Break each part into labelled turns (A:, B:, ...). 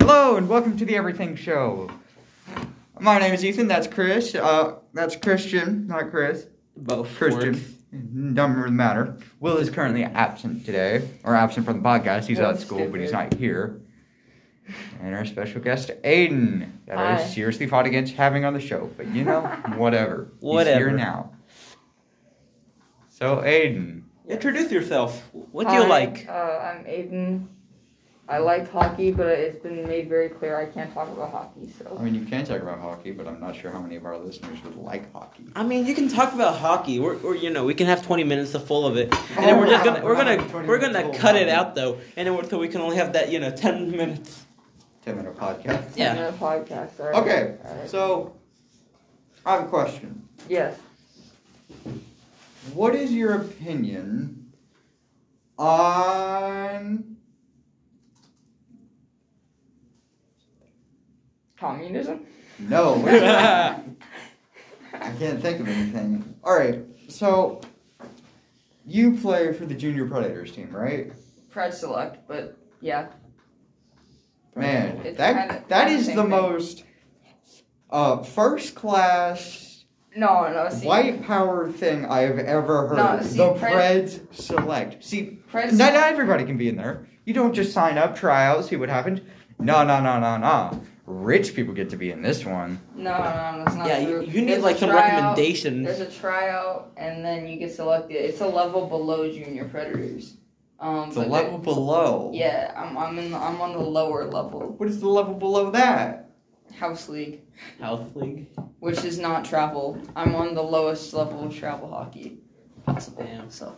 A: Hello and welcome to the Everything Show. My name is Ethan. That's Chris. Uh, that's Christian, not Chris.
B: Both
A: Christian. Mm-hmm,
B: work.
A: Doesn't really matter. Will is currently absent today, or absent from the podcast. He's out at
B: That's
A: school, but he's
B: stupid.
A: not here. And our special guest, Aiden, that I
B: Hi.
A: seriously fought against having on the show, but you know, whatever. He's here
B: Whatever.
A: now. So, Aiden,
B: Introduce yourself. What do you
C: Hi,
B: like?
C: Uh, I'm Aiden. I like hockey, but it's been made very clear I can't talk about hockey.
A: I
C: So
A: mean, you can talk about hockey, but I'm not sure how many of our listeners would like hockey.
B: I mean, you can talk about hockey, or, or you know, we can have twenty minutes of full of it, and
C: Oh,
B: then we're just gonna we're gonna we're gonna cut it out though, and then we're, so we can only have that you know ten minutes.
A: 10 minute podcast.
B: Yeah.
C: I'm in a podcast. all right,
A: Okay,
C: all right.
A: so I have a question.
C: yes,
A: What is your opinion on
C: communism.
A: no? what's that? I can't think of anything. All right, so you play for the Junior Predators team, right?
C: Pride select, but yeah,
A: Man,
C: It's
A: that
C: kinda-
A: that
C: kinda
A: is the
C: same thing.
A: most uh, first class
C: no, no. See,
A: white power thing I have ever heard.
C: No, see,
A: the
C: Pred-
A: Preds select. See,
C: Pride
A: Not,
C: select.
A: not everybody can be in there. You don't just sign up, try out, see what happens. No, no, no, no, no. Rich people get to be in this one.
C: No, no, no, it's not
B: yeah, you,
C: true.
B: you need
C: There's a
B: like some
C: tryout-
B: recommendations.
C: There's a tryout, and then you get selected. It's a level below junior predators. Um,
A: It's a
C: but they-
A: level below.
C: Yeah, I'm I'm in the, I'm on the lower level
A: What is the level below that?
C: house league.
B: Health league.
C: which is not travel. I'm on the lowest level of travel hockey possible.
B: Damn.
C: So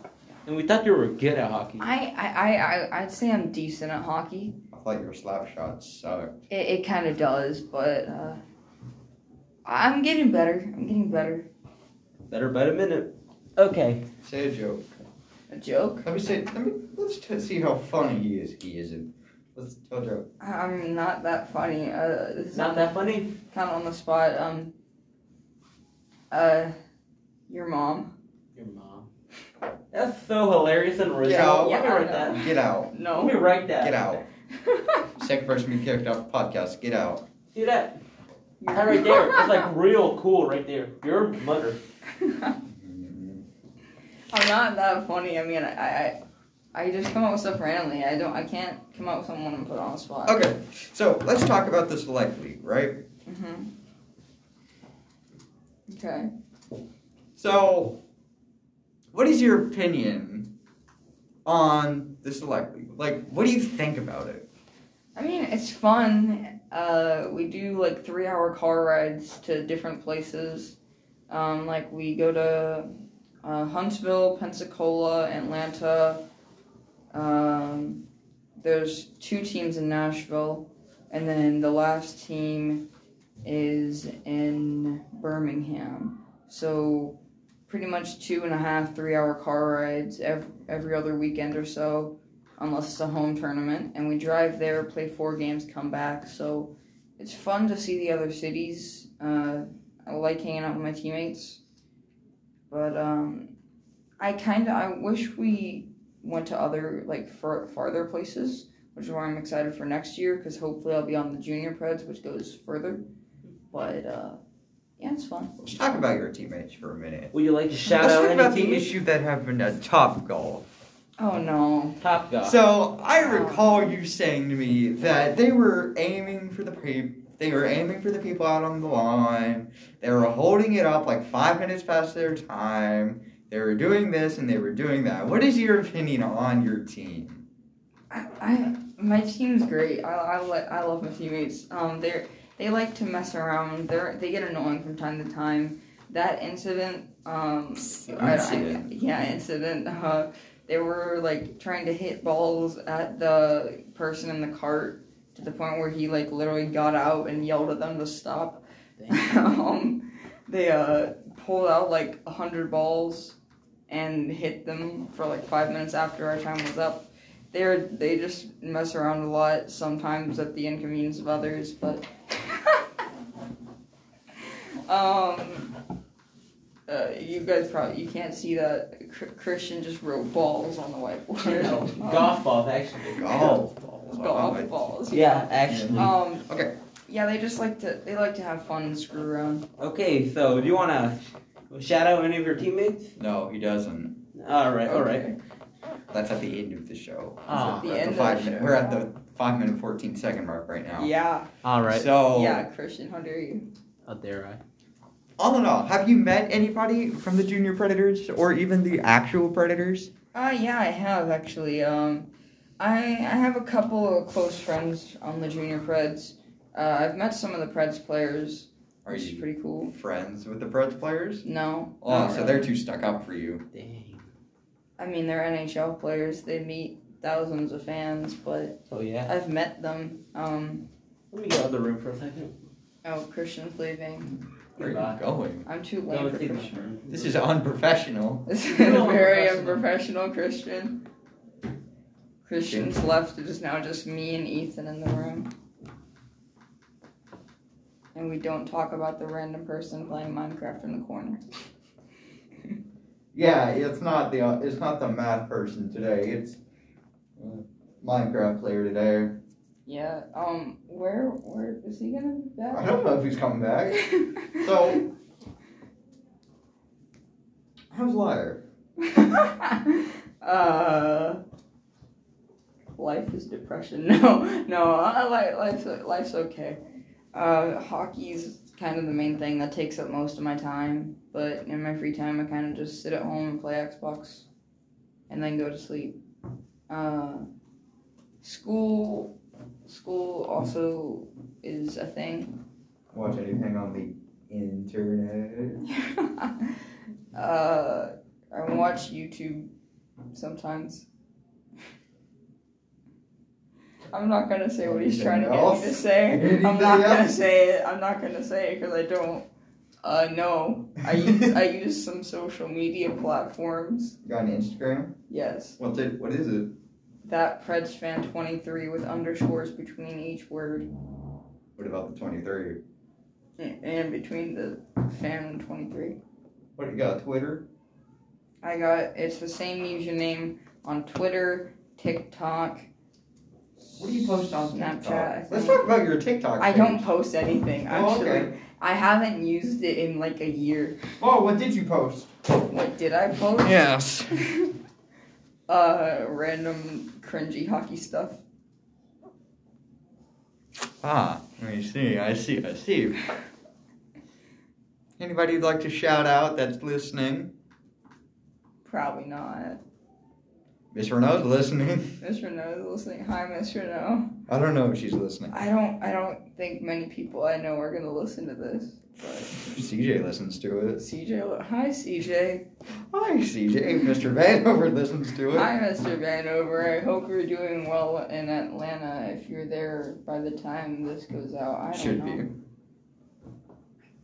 B: And we thought you were good at hockey.
C: I, I, I, I, I'd say I'm decent at hockey.
A: I thought your slap shots sucked.
C: It, it kind of does, but uh, I'm getting better. I'm getting better.
B: Better bet a minute. Okay.
A: Say a joke.
C: A joke?
A: Let me say. Let me. Let's t- see how funny he is. He isn't. Let's tell a joke.
C: I- I'm not that funny. Uh, this is
B: Not that funny.
C: kind of on the spot. Um, uh, your mom?
B: Your mom. That's so hilarious and original.
A: Yeah,
B: Let me
C: I
B: write
C: know.
B: that.
A: Get out.
B: Let me
C: No.
B: write that.
A: Get out. Second person to be kicked off the podcast. Get out.
B: See that? That right there. It's like real cool right there. Your mother.
C: I'm not that funny. I mean, I, I, I just come up with stuff randomly. I don't. I can't come up with someone and put it on the spot.
A: Okay, so let's talk about the select league, right?
C: hmm Okay.
A: So, what is your opinion on the select league? Like, what do you think about it?
C: I mean, it's fun. Uh, we do like three hour car rides to different places. Um, like, we go to uh, Huntsville, Pensacola, Atlanta. Um, there's two teams in Nashville. And then the last team is in Birmingham. So, pretty much two and a half, three hour car rides every, every other weekend or so. unless it's a home tournament. And we drive there, play four games, come back. So it's fun to see the other cities. Uh, I like hanging out with my teammates, but um, I kind of I wish we went to other like far, farther places, which is why I'm excited for next year because hopefully I'll be on the junior preds, which goes further. But uh, yeah, it's fun.
A: Let's talk about your teammates for a minute.
B: Would you like to shout
A: let's
B: out
A: talk about
B: any
A: the
B: teams?
A: issue that happened at Top Golf.
C: Oh no!
B: Top guy.
A: So, I recall you saying to me that they were aiming for the pre- they were aiming for the people out on the lawn. They were holding it up like five minutes past their time. They were doing this and they were doing that. What is your opinion on your team?
C: I, I my team's great. I I, li- I love my teammates. Um, they are they like to mess around. They're they get annoying from time to time. That incident, um, I- I-
A: Incident.
C: yeah, incident. Uh, they were like trying to hit balls at the person in the cart to the point where he like literally got out and yelled at them to stop. um, they uh pulled out like a hundred balls and hit them for like five minutes after our time was up they're they just mess around a lot sometimes at the inconvenience of others but um uh, you guys probably you can't see that Chr- christian just wrote balls on the whiteboard
B: No,
C: Um,
B: golf balls actually.
A: Golf
B: balls.
C: golf balls.
B: Yeah, actually.
C: Um.
A: Okay.
C: Yeah, they just like to they like to have fun and screw around.
B: Okay, so do you want to shout out any of your teammates?
A: No, he doesn't.
B: All right, all right.
C: Okay.
A: That's at the end of the show.
B: Ah,
C: The
A: We're at
C: end
A: the
C: of
A: five
C: the
A: minute,
C: show.
A: We're at the five minute fourteen second mark right now.
C: Yeah.
B: all right.
A: So
C: Yeah, Christian, how dare you?
B: Out there, I.
A: all in all, have you met anybody from the junior predators or even the actual predators?
C: Uh yeah, I have actually. Um I I have a couple of close friends on the junior preds. Uh, I've met some of the preds players,
A: Are
C: which is
A: you
C: pretty cool.
A: friends with the Preds players?
C: No.
A: Oh,
C: not
A: so
C: really.
A: they're too stuck up for you.
B: Dang.
C: I mean, they're NHL players. They meet thousands of fans, but
B: So Oh, yeah.
C: I've met them. Um,
B: Let me get out of the room for a second.
C: oh, Christian's leaving.
A: Where are
B: Goodbye.
A: you going?
C: I'm too
B: Go
C: lame for
B: and take my
C: Christian.
B: turn.
A: This is unprofessional.
C: This is
B: You're all
C: very
B: unprofessional.
C: unprofessional, Christian. Christian's left. It is now just me and Ethan in the room. And we don't talk about the random person playing Minecraft in the corner.
A: Yeah, it's not the it's not the math person today. It's uh, Minecraft player today.
C: Yeah. Um. Where? Where is he gonna be
A: I
C: back?
A: don't know if he's coming back. So- How's life?
C: uh, life is depression. No, no, I, li- life's life's okay. Uh, hockey's kind of the main thing that takes up most of my time. But in my free time, I kind of just sit at home and play Xbox, and then go to sleep. Uh, school, school also is a thing.
A: Watch anything on the internet?
C: uh, I watch YouTube sometimes. I'm not gonna say what he's trying to get me to say. I'm not gonna say it. I'm not gonna say it because I don't. Uh, no. I use I use some social media platforms.
A: Got an Instagram?
C: Yes,
A: What's it? What is it?
C: that Preds fan 23 with underscores between each word
A: What about the twenty three?
C: and and between the fan 23.
A: What you got? Twitter?
C: I got it's the same username on Twitter, TikTok.
A: What do you post on
C: Snapchat? I,
A: TikTok? Let's
C: think.
A: talk about your TikTok.
C: I don't
A: page.
C: post anything
A: Oh,
C: actually.
A: okay.
C: I haven't used it in like a year.
A: Oh, what did you post?
C: What did I post?
A: Yes.
C: uh, random cringy hockey stuff.
A: Ah, I see, I see, I see. Anybody you'd like to shout out that's listening?
C: Probably not.
A: Miss Renault's listening.
C: Miss Renault is listening. Hi, Miss Renault.
A: I don't know if she's listening.
C: I don't. I don't think many people I know are gonna listen to this.
A: CJ listens to it.
C: CJ, lo- hi CJ.
A: Hi, CJ. Mr. Vanover listens to it.
C: Hi, Mr. Vanover. I hope you're doing well in Atlanta. If you're there by the time this goes out, I don't
A: Should
C: know.
A: be.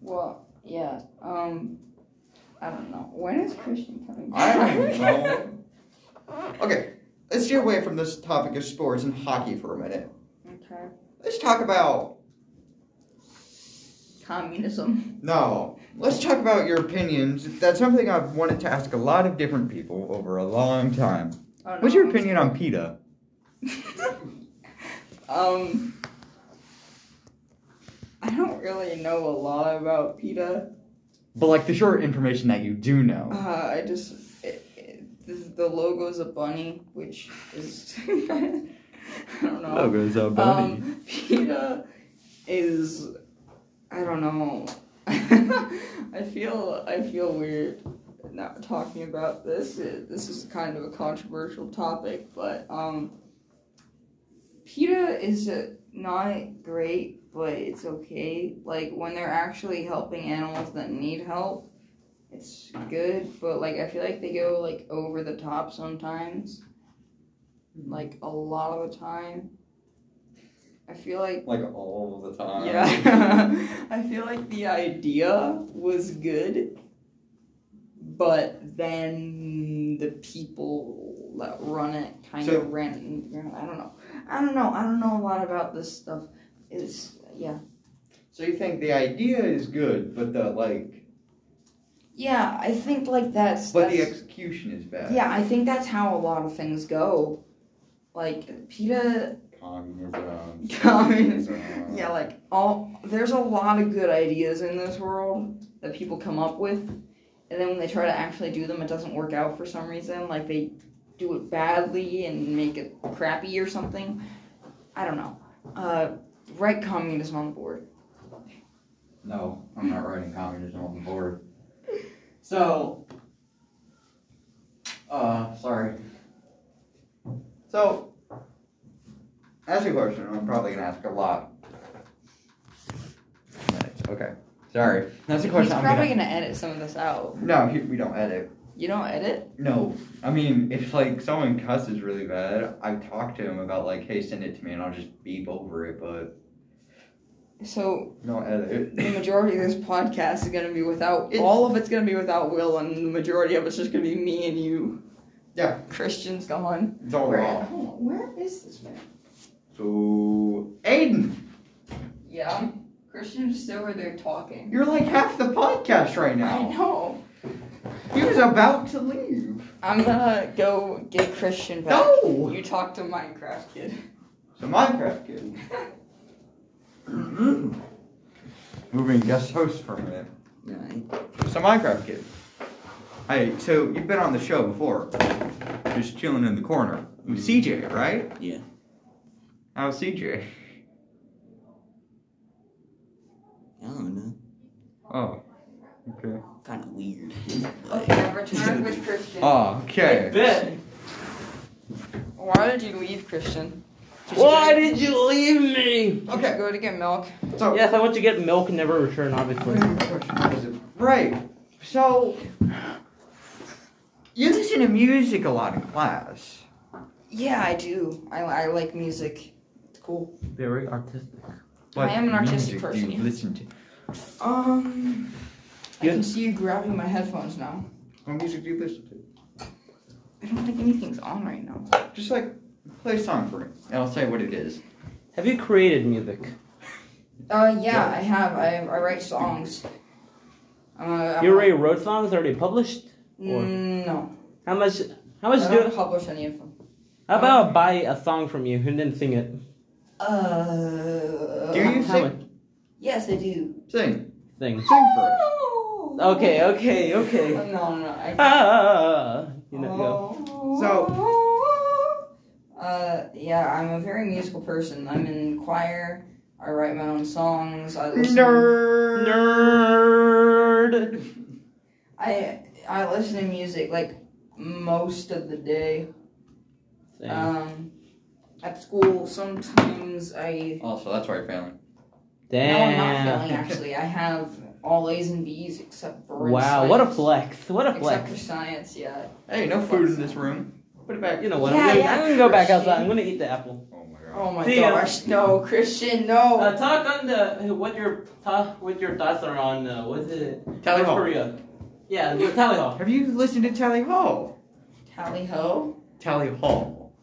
C: Well, yeah. Um, I don't know. When is Christian coming?
A: I
C: back?
A: don't know. Okay, let's get away from this topic of sports and hockey for a minute.
C: okay.
A: Let's talk about
C: Communism.
A: No. Let's talk about your opinions. That's something I've wanted to ask a lot of different people over a long time.
C: Oh, no.
A: What's your opinion on PETA?
C: um, I don't really know a lot about PETA.
A: But like the short information that you do know.
C: Uh, I just it, it, the, the logo's a bunny, which is I don't know.
A: Logo's a
C: Um, PETA is, I don't know. I feel I feel weird not talking about this. It- this is kind of a controversial topic, but um, PETA is uh not great, but it's okay. Like when they're actually helping animals that need help, it's good. But like I feel like they go like over the top sometimes, like a lot of the time. I feel like
A: like all the time.
C: yeah. I feel like the idea was good, but then the people that run it kind
A: So-
C: of ran it into the ground. I don't know. I don't know. I don't know a lot about this stuff. It's yeah.
A: So you think the idea is good, but the like
C: Yeah, I think like that's
A: but the
C: that's-
A: execution is bad.
C: Yeah, I think that's how a lot of things go. Like PETA
A: Communism.
C: Communism. Yeah, like all there's a lot of good ideas in this world that people come up with, and then when they try to actually do them, it doesn't work out for some reason. Like they do it badly and make it crappy or something. I don't know. Uh, write communism on the board.
A: No, I'm not writing communism on the board. So, uh, sorry. So, ask you a question. I'm probably gonna ask a lot. Okay. Sorry. That's a question.
C: He's
A: I'm
C: probably gonna... edit some of this out.
A: No, he- we don't edit.
C: You don't edit?
A: No, I mean if like someone cusses really bad, I talk to him about like, hey, send it to me, and I'll just beep over it, but
C: So
A: no edit.
C: the majority of this podcast is gonna be without
A: It-
C: all of it's gonna be without Will, and the majority of it's just gonna be me and you.
A: Yeah.
C: Christian's gone.
A: it's all
C: Where,
A: wrong.
C: oh, where is this man?
A: So, Aiden,
C: Yeah. Christian's still over there talking.
A: you're like half the podcast right
C: I
A: now.
C: know.
A: He was about to leave.
C: I'm gonna go get Christian back.
A: No.
C: You talk to Minecraft kid.
A: The Minecraft kid. Moving guest host for a minute. So Minecraft kid. Hey, so you've been on the show before, just chilling in the corner
C: Mm-hmm.
A: with CJ, right? Oh,
B: Yeah.
A: How's CJ?
D: I don't know.
A: Oh, okay.
D: Kind of weird.
C: Okay, return with Christian.
A: Oh, okay.
C: Why did you leave, Christian? Did you
B: Why
C: go-
B: did you leave me?
C: Did you go to get milk?
A: So
B: Yes, I want to get milk and never return, obviously.
A: right. So you listen to music a lot in class.
C: Yeah, I do. I, I like music. It's cool.
B: Very artistic.
C: I am an
A: music
C: artistic person,
A: Do
C: yeah.
A: you listen to?
C: Um, I can
B: Yes.
C: see you grabbing my headphones now.
A: What music do you listen to?
C: I don't think anything's on right now.
A: Just like play a song for me, and I'll say what it is.
B: Have you created music?
C: Uh, yeah, I have. I, I write songs. Uh, I'm-
B: You already wrote songs, already published? or-
C: Mm, no.
B: How much how
C: I
B: much do
C: don't publish any of them.
B: how about I buy a song from you and then sing it?
C: Uh.
A: Do you
B: How
A: sing?
B: much
C: Yes, I do.
A: Sing,
B: thing?
A: sing for us.
B: Okay, okay,
C: No,
B: okay.
C: Oh, no, no. I
B: Ah, you know, go.
C: So. Uh, yeah, I'm a very musical person. I'm in choir. I write my own songs. I listen.
A: Nerd.
B: Nerd.
C: I I listen to music like most of the day.
B: Same.
C: Um, at school, sometimes I.
A: Also, that's why you're failing.
C: No, I'm not
B: Damn.
C: failing. Actually, I have all A's and B's except for. in
B: Wow, what a
C: science.
B: flex. What a
C: Except for
B: flex.
C: science, yeah.
A: Hey, no food in this room. Put it back.
B: You know what?
C: Yeah,
B: I'm, gonna,
C: yeah,
B: I'm gonna go back
C: Christian.
B: outside. I'm gonna eat the apple.
A: Oh my god.
C: Oh my
B: See ya.
C: gosh, no, Christian, no.
B: Uh, talk on the what your ta- what your thoughts are on uh, what is it?
A: Tally
B: North
A: Ho.
B: Korea. Yeah, the tally hall.
A: Have you listened to Tally Hall?
C: Tally ho?
A: Tally Hall.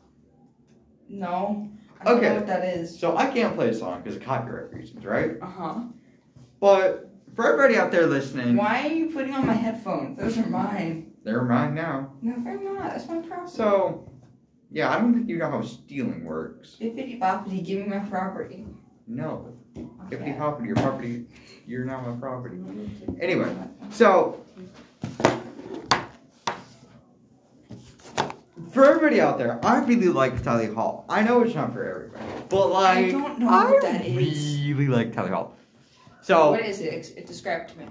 C: No. I don't
A: Okay.
C: know what that is.
A: So I can't play a song because of copyright reasons, right?
C: Uh huh.
A: But for everybody out there listening,
C: Why are you putting on my headphones? Those are mine.
A: they're mine now.
C: No, they're not. That's my property.
A: So, yeah, I don't think you know how stealing works.
C: Bippity boppity, give me my property.
A: No. If you
C: Okay.
A: hop into your property, you're not my property. Anyway, so for everybody out there, I really like Tally Hall. I know it's not for everybody, but like
C: I don't know what
A: I
C: that is.
A: really like Tally Hall. So
C: What is it? Ex- It described to me.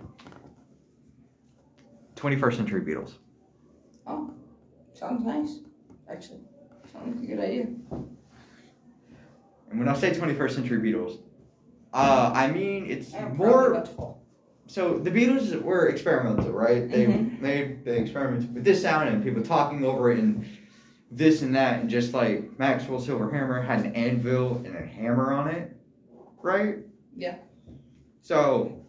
A: 21st century Beatles.
C: Sounds nice, actually. Sounds like a good idea.
A: And when I say 21st century Beatles, uh, I mean it's
C: I am probably
A: more.
C: about to fall.
A: So the Beatles were experimental, right? They
C: Mhm.
A: they they experimented with this sound and people talking over it and this and that and just like Maxwell Silverhammer had an anvil and a hammer on it, right?
C: Yeah.
A: So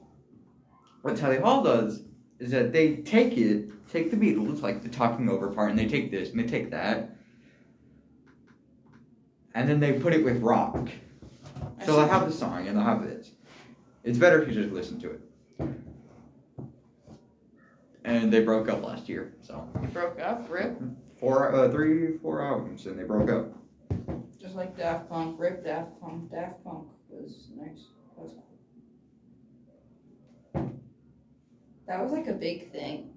A: what Tally Hall does is that they take it, take the Beatles, like the talking over part, and they take this and they take that, and then they put it with rock.
C: I
A: So they'll
C: see.
A: have the song and they'll have this. It's better if you just listen to it. And they broke up last year, so
C: It broke up, rip.
A: four, uh, three, four albums, and they broke up.
C: Just like Daft Punk. Rip Daft Punk. Daft Punk was nice. That was cool. That was like a big thing.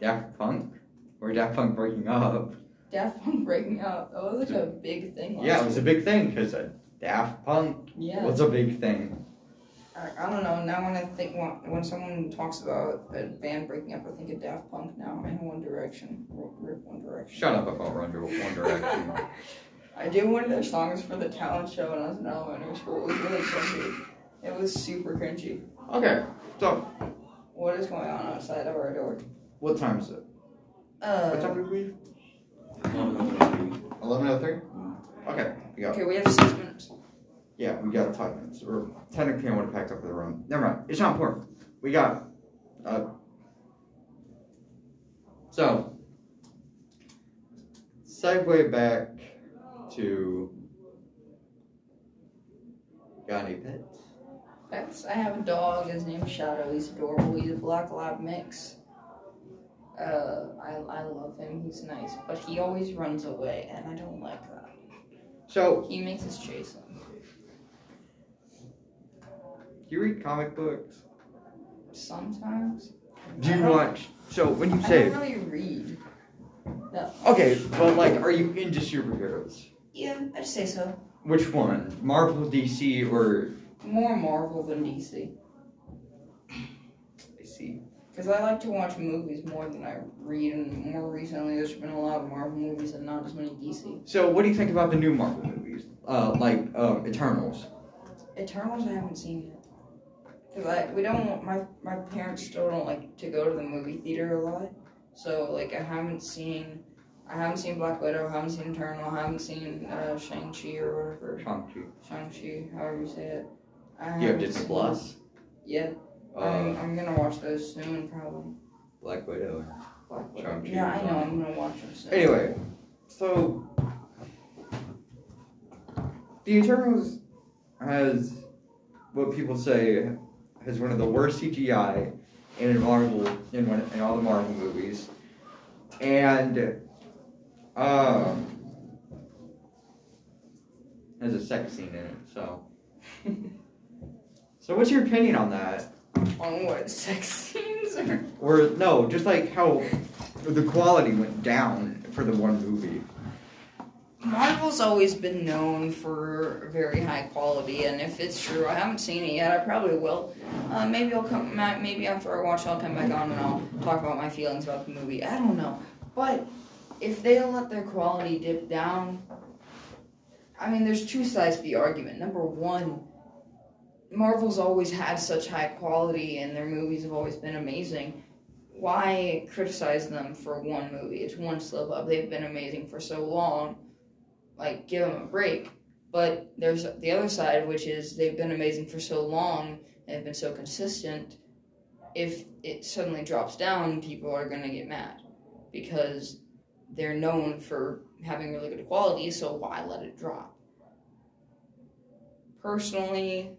A: Daft Punk or Daft Punk breaking up.
C: Daft Punk breaking up. That was like a big thing. Last
A: Yeah, it
C: year.
A: was a big thing because Daft Punk
C: Yeah.
A: was a big thing.
C: I, I don't know. Now when I think when, when someone talks about a band breaking up, I think of Daft Punk now and One Direction. R- Rip One Direction.
A: Shut up about Run One Direction.
C: I did one of their songs for the talent show when I was in elementary school. It was really cringy. It was super cringy.
A: okay, so
C: What is going on outside of our door?
A: what time is it? What time
C: Uh,
A: did we leave?
D: Eleven
A: 11.03? Okay, we got,
C: okay, we have six minutes.
A: yeah, we got five minutes. Or technically I would have packed up the room. Never mind, it's not important. We got, uh, so, segue back to, got any pets?
C: That's, I have a dog. His name's Shadow. He's adorable. He's a black lab mix. Uh, I, I love him. He's nice, but he always runs away, and I don't like that.
A: So,
C: He makes us chase him.
A: Do you read comic books?
C: Sometimes.
A: Do
C: Uh-huh.
A: you watch? So when you
C: I
A: say,
C: don't really read. No.
A: okay, but like, are you into superheroes?
C: Yeah, I'd say so.
A: Which one, Marvel, DC, or
C: More Marvel than DC.
A: DC?
C: Because I like to watch movies more than I read, and more recently there's been a lot of Marvel movies and not as many DC.
A: So what do you think about the new Marvel movies, uh, like um, Eternals?
C: Eternals I haven't seen yet. Cause I we don't my my parents still don't like to go to the movie theater a lot, so like I haven't seen I haven't seen Black Widow, I haven't seen Eternal, I haven't seen uh, Shang Chi or whatever
A: Shang-Chi.
C: Shang Chi, however you say it. I
A: You have
C: haven't
A: Disney
C: seen-
A: Plus.
C: Yeah, I'm,
A: Uh,
C: I'm gonna watch those soon probably.
A: Black Widow.
C: Black Widow.
A: Shang-Chi
C: Yeah,
A: is
C: I know
A: on.
C: I'm gonna watch them soon.
A: Anyway, so the Eternals has what people say has one of the worst CGI in Marvel in one in all the Marvel movies, and um has a sex scene in it. So, so what's your opinion on that?
C: On what sex scenes or?
A: Or no, just like how the quality went down for the one movie.
C: Marvel's always been known for very high quality, and if it's true, I haven't seen it yet. I probably will. Uh, maybe I'll come. ma- Maybe after I watch, I'll come back on and I'll talk about my feelings about the movie. I don't know, but if they let their quality dip down, I mean, there's two sides to the argument. Number one, Marvel's always had such high quality, and their movies have always been amazing why criticize them for one movie? It's one slip up. They've been amazing for so long. Like, give them a break. But there's the other side, which is they've been amazing for so long and have been so consistent. If it suddenly drops down, people are going to get mad because they're known for having really good quality, so why let it drop? Personally,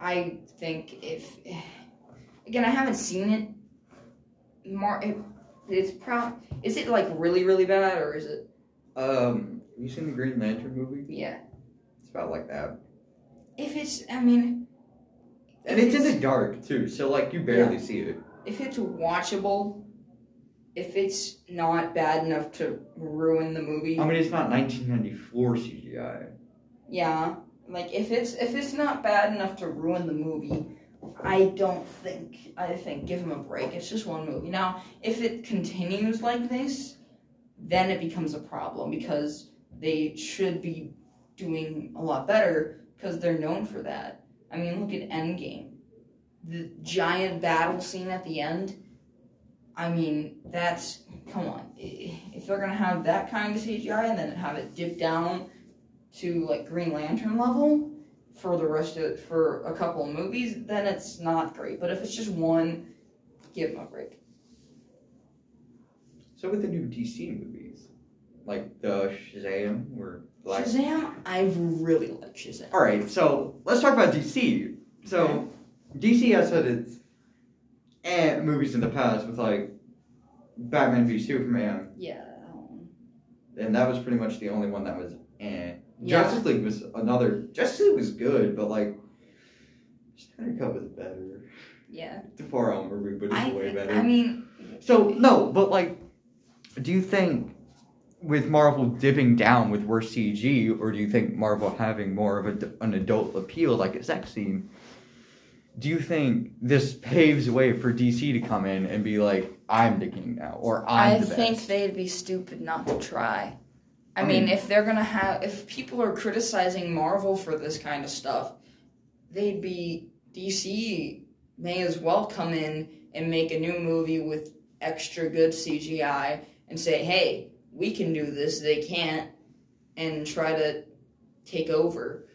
C: I think if again, I haven't seen it. Mar, it, it's pro. Is it like really, really bad, or is it?
A: Um, have you seen the Green Lantern movie?
C: Yeah.
A: It's about like that.
C: If it's, I mean,
A: And it's in the dark too, so like you barely see it.
C: if it's watchable, if it's not bad enough to ruin the movie,
A: I mean, it's not 1994 CGI.
C: yeah. Like if it's if it's not bad enough to ruin the movie, I don't think I think give him a break. It's just one movie. Now, if it continues like this, then it becomes a problem because they should be doing a lot better because they're known for that. I mean, look at Endgame. The giant battle scene at the end. I mean, that's come on. I- If they're gonna have that kind of CGI and then have it dip down to like Green Lantern level for the rest of for a couple of movies, then it's not great. But if it's just one, give them a break.
A: So with the new DC movies, like the Shazam or Black.
C: Shazam, I really like Shazam.
A: All right, so let's talk about DC. So DC has had its eh, movies in the past with like Batman v Superman,
C: Yeah. that one.
A: and that was pretty much the only one that was and
C: Yeah.
A: Justice League was another. Justice League was good, but like Snyder Cut was better.
C: Yeah.
A: The four hour movie, but it's
C: I,
A: way
C: think-
A: better.
C: I mean,
A: So no, but like, do you think with Marvel dipping down with worse CG, or do you think Marvel having more of a, an adult appeal like a sex scene? Do you think this paves the way for DC to come in and be like, "I'm the king now," or "I'm
C: I
A: the
C: think
A: best"?
C: they'd be stupid not to try. I
A: I
C: mean,
A: mean-
C: if they're gonna have, if people are criticizing Marvel for this kind of stuff, they'd be DC may as well come in and make a new movie with extra good CGI and say, hey, we can do this, they can't, and try to take over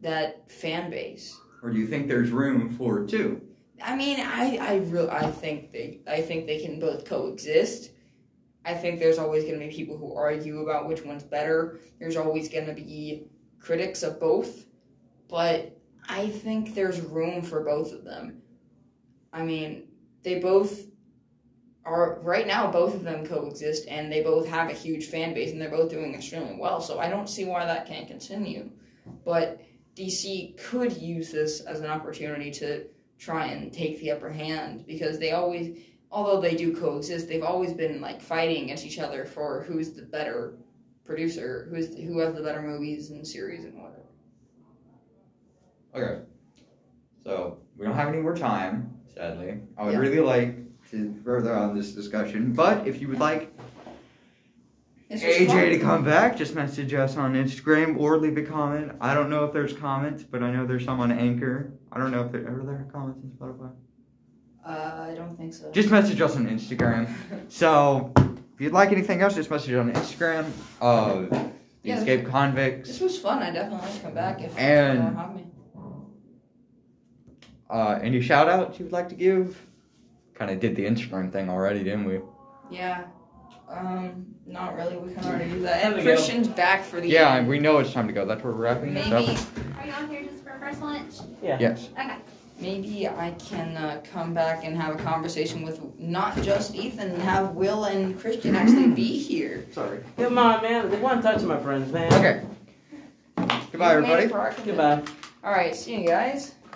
C: that fan base.
A: or do you think there's room for two?
C: I mean, I I real I think they I think they can both coexist. I think there's always going to be people who argue about which one's better. There's always going to be critics of both, but I think there's room for both of them. I mean, they both are right now both of them coexist and they both have a huge fan base and they're both doing extremely well. So I don't see why that can't continue. But DC could use this as an opportunity to try and take the upper hand because they always although they do coexist they've always been like fighting against each other for who's the better producer who's who has the better movies and series and whatever
A: Okay. So we don't have any more time, sadly. I would
C: Yeah.
A: really like to further on this discussion, but if you would like
C: This was
A: AJ
C: fun.
A: to come back, just message us on Instagram or leave a comment. I don't know if there's comments, but I know there's some on Anchor. I don't know if there are there comments on Spotify.
C: uh, i don't think so
A: Just message us on Instagram. So if you'd like anything else, just message on Instagram. Uh, the
C: Yeah.
A: Escape Convicts.
C: this was fun i definitely want to come back if
A: And-
C: you wanna have me
A: Uh, any shout outs you'd like to give? Kind of did the Instagram thing already, didn't we?
C: yeah um not really we can already do that and
B: There we go.
C: christian's back for the
A: Yeah,
C: end.
A: we know it's time to go. That's where we're wrapping this
C: maybe
A: up.
E: Are y'all here just for first lunch?
A: Yes.
E: Okay.
C: Maybe I can uh, come back and have a conversation with not just Ethan, have Will and Christian actually be here.
A: Sorry.
B: Come on, man. They want to touch my friends, man.
A: Okay. Goodbye,
C: We've made it
A: everybody.
C: for our commitment.
B: Goodbye.
C: All right, see you guys.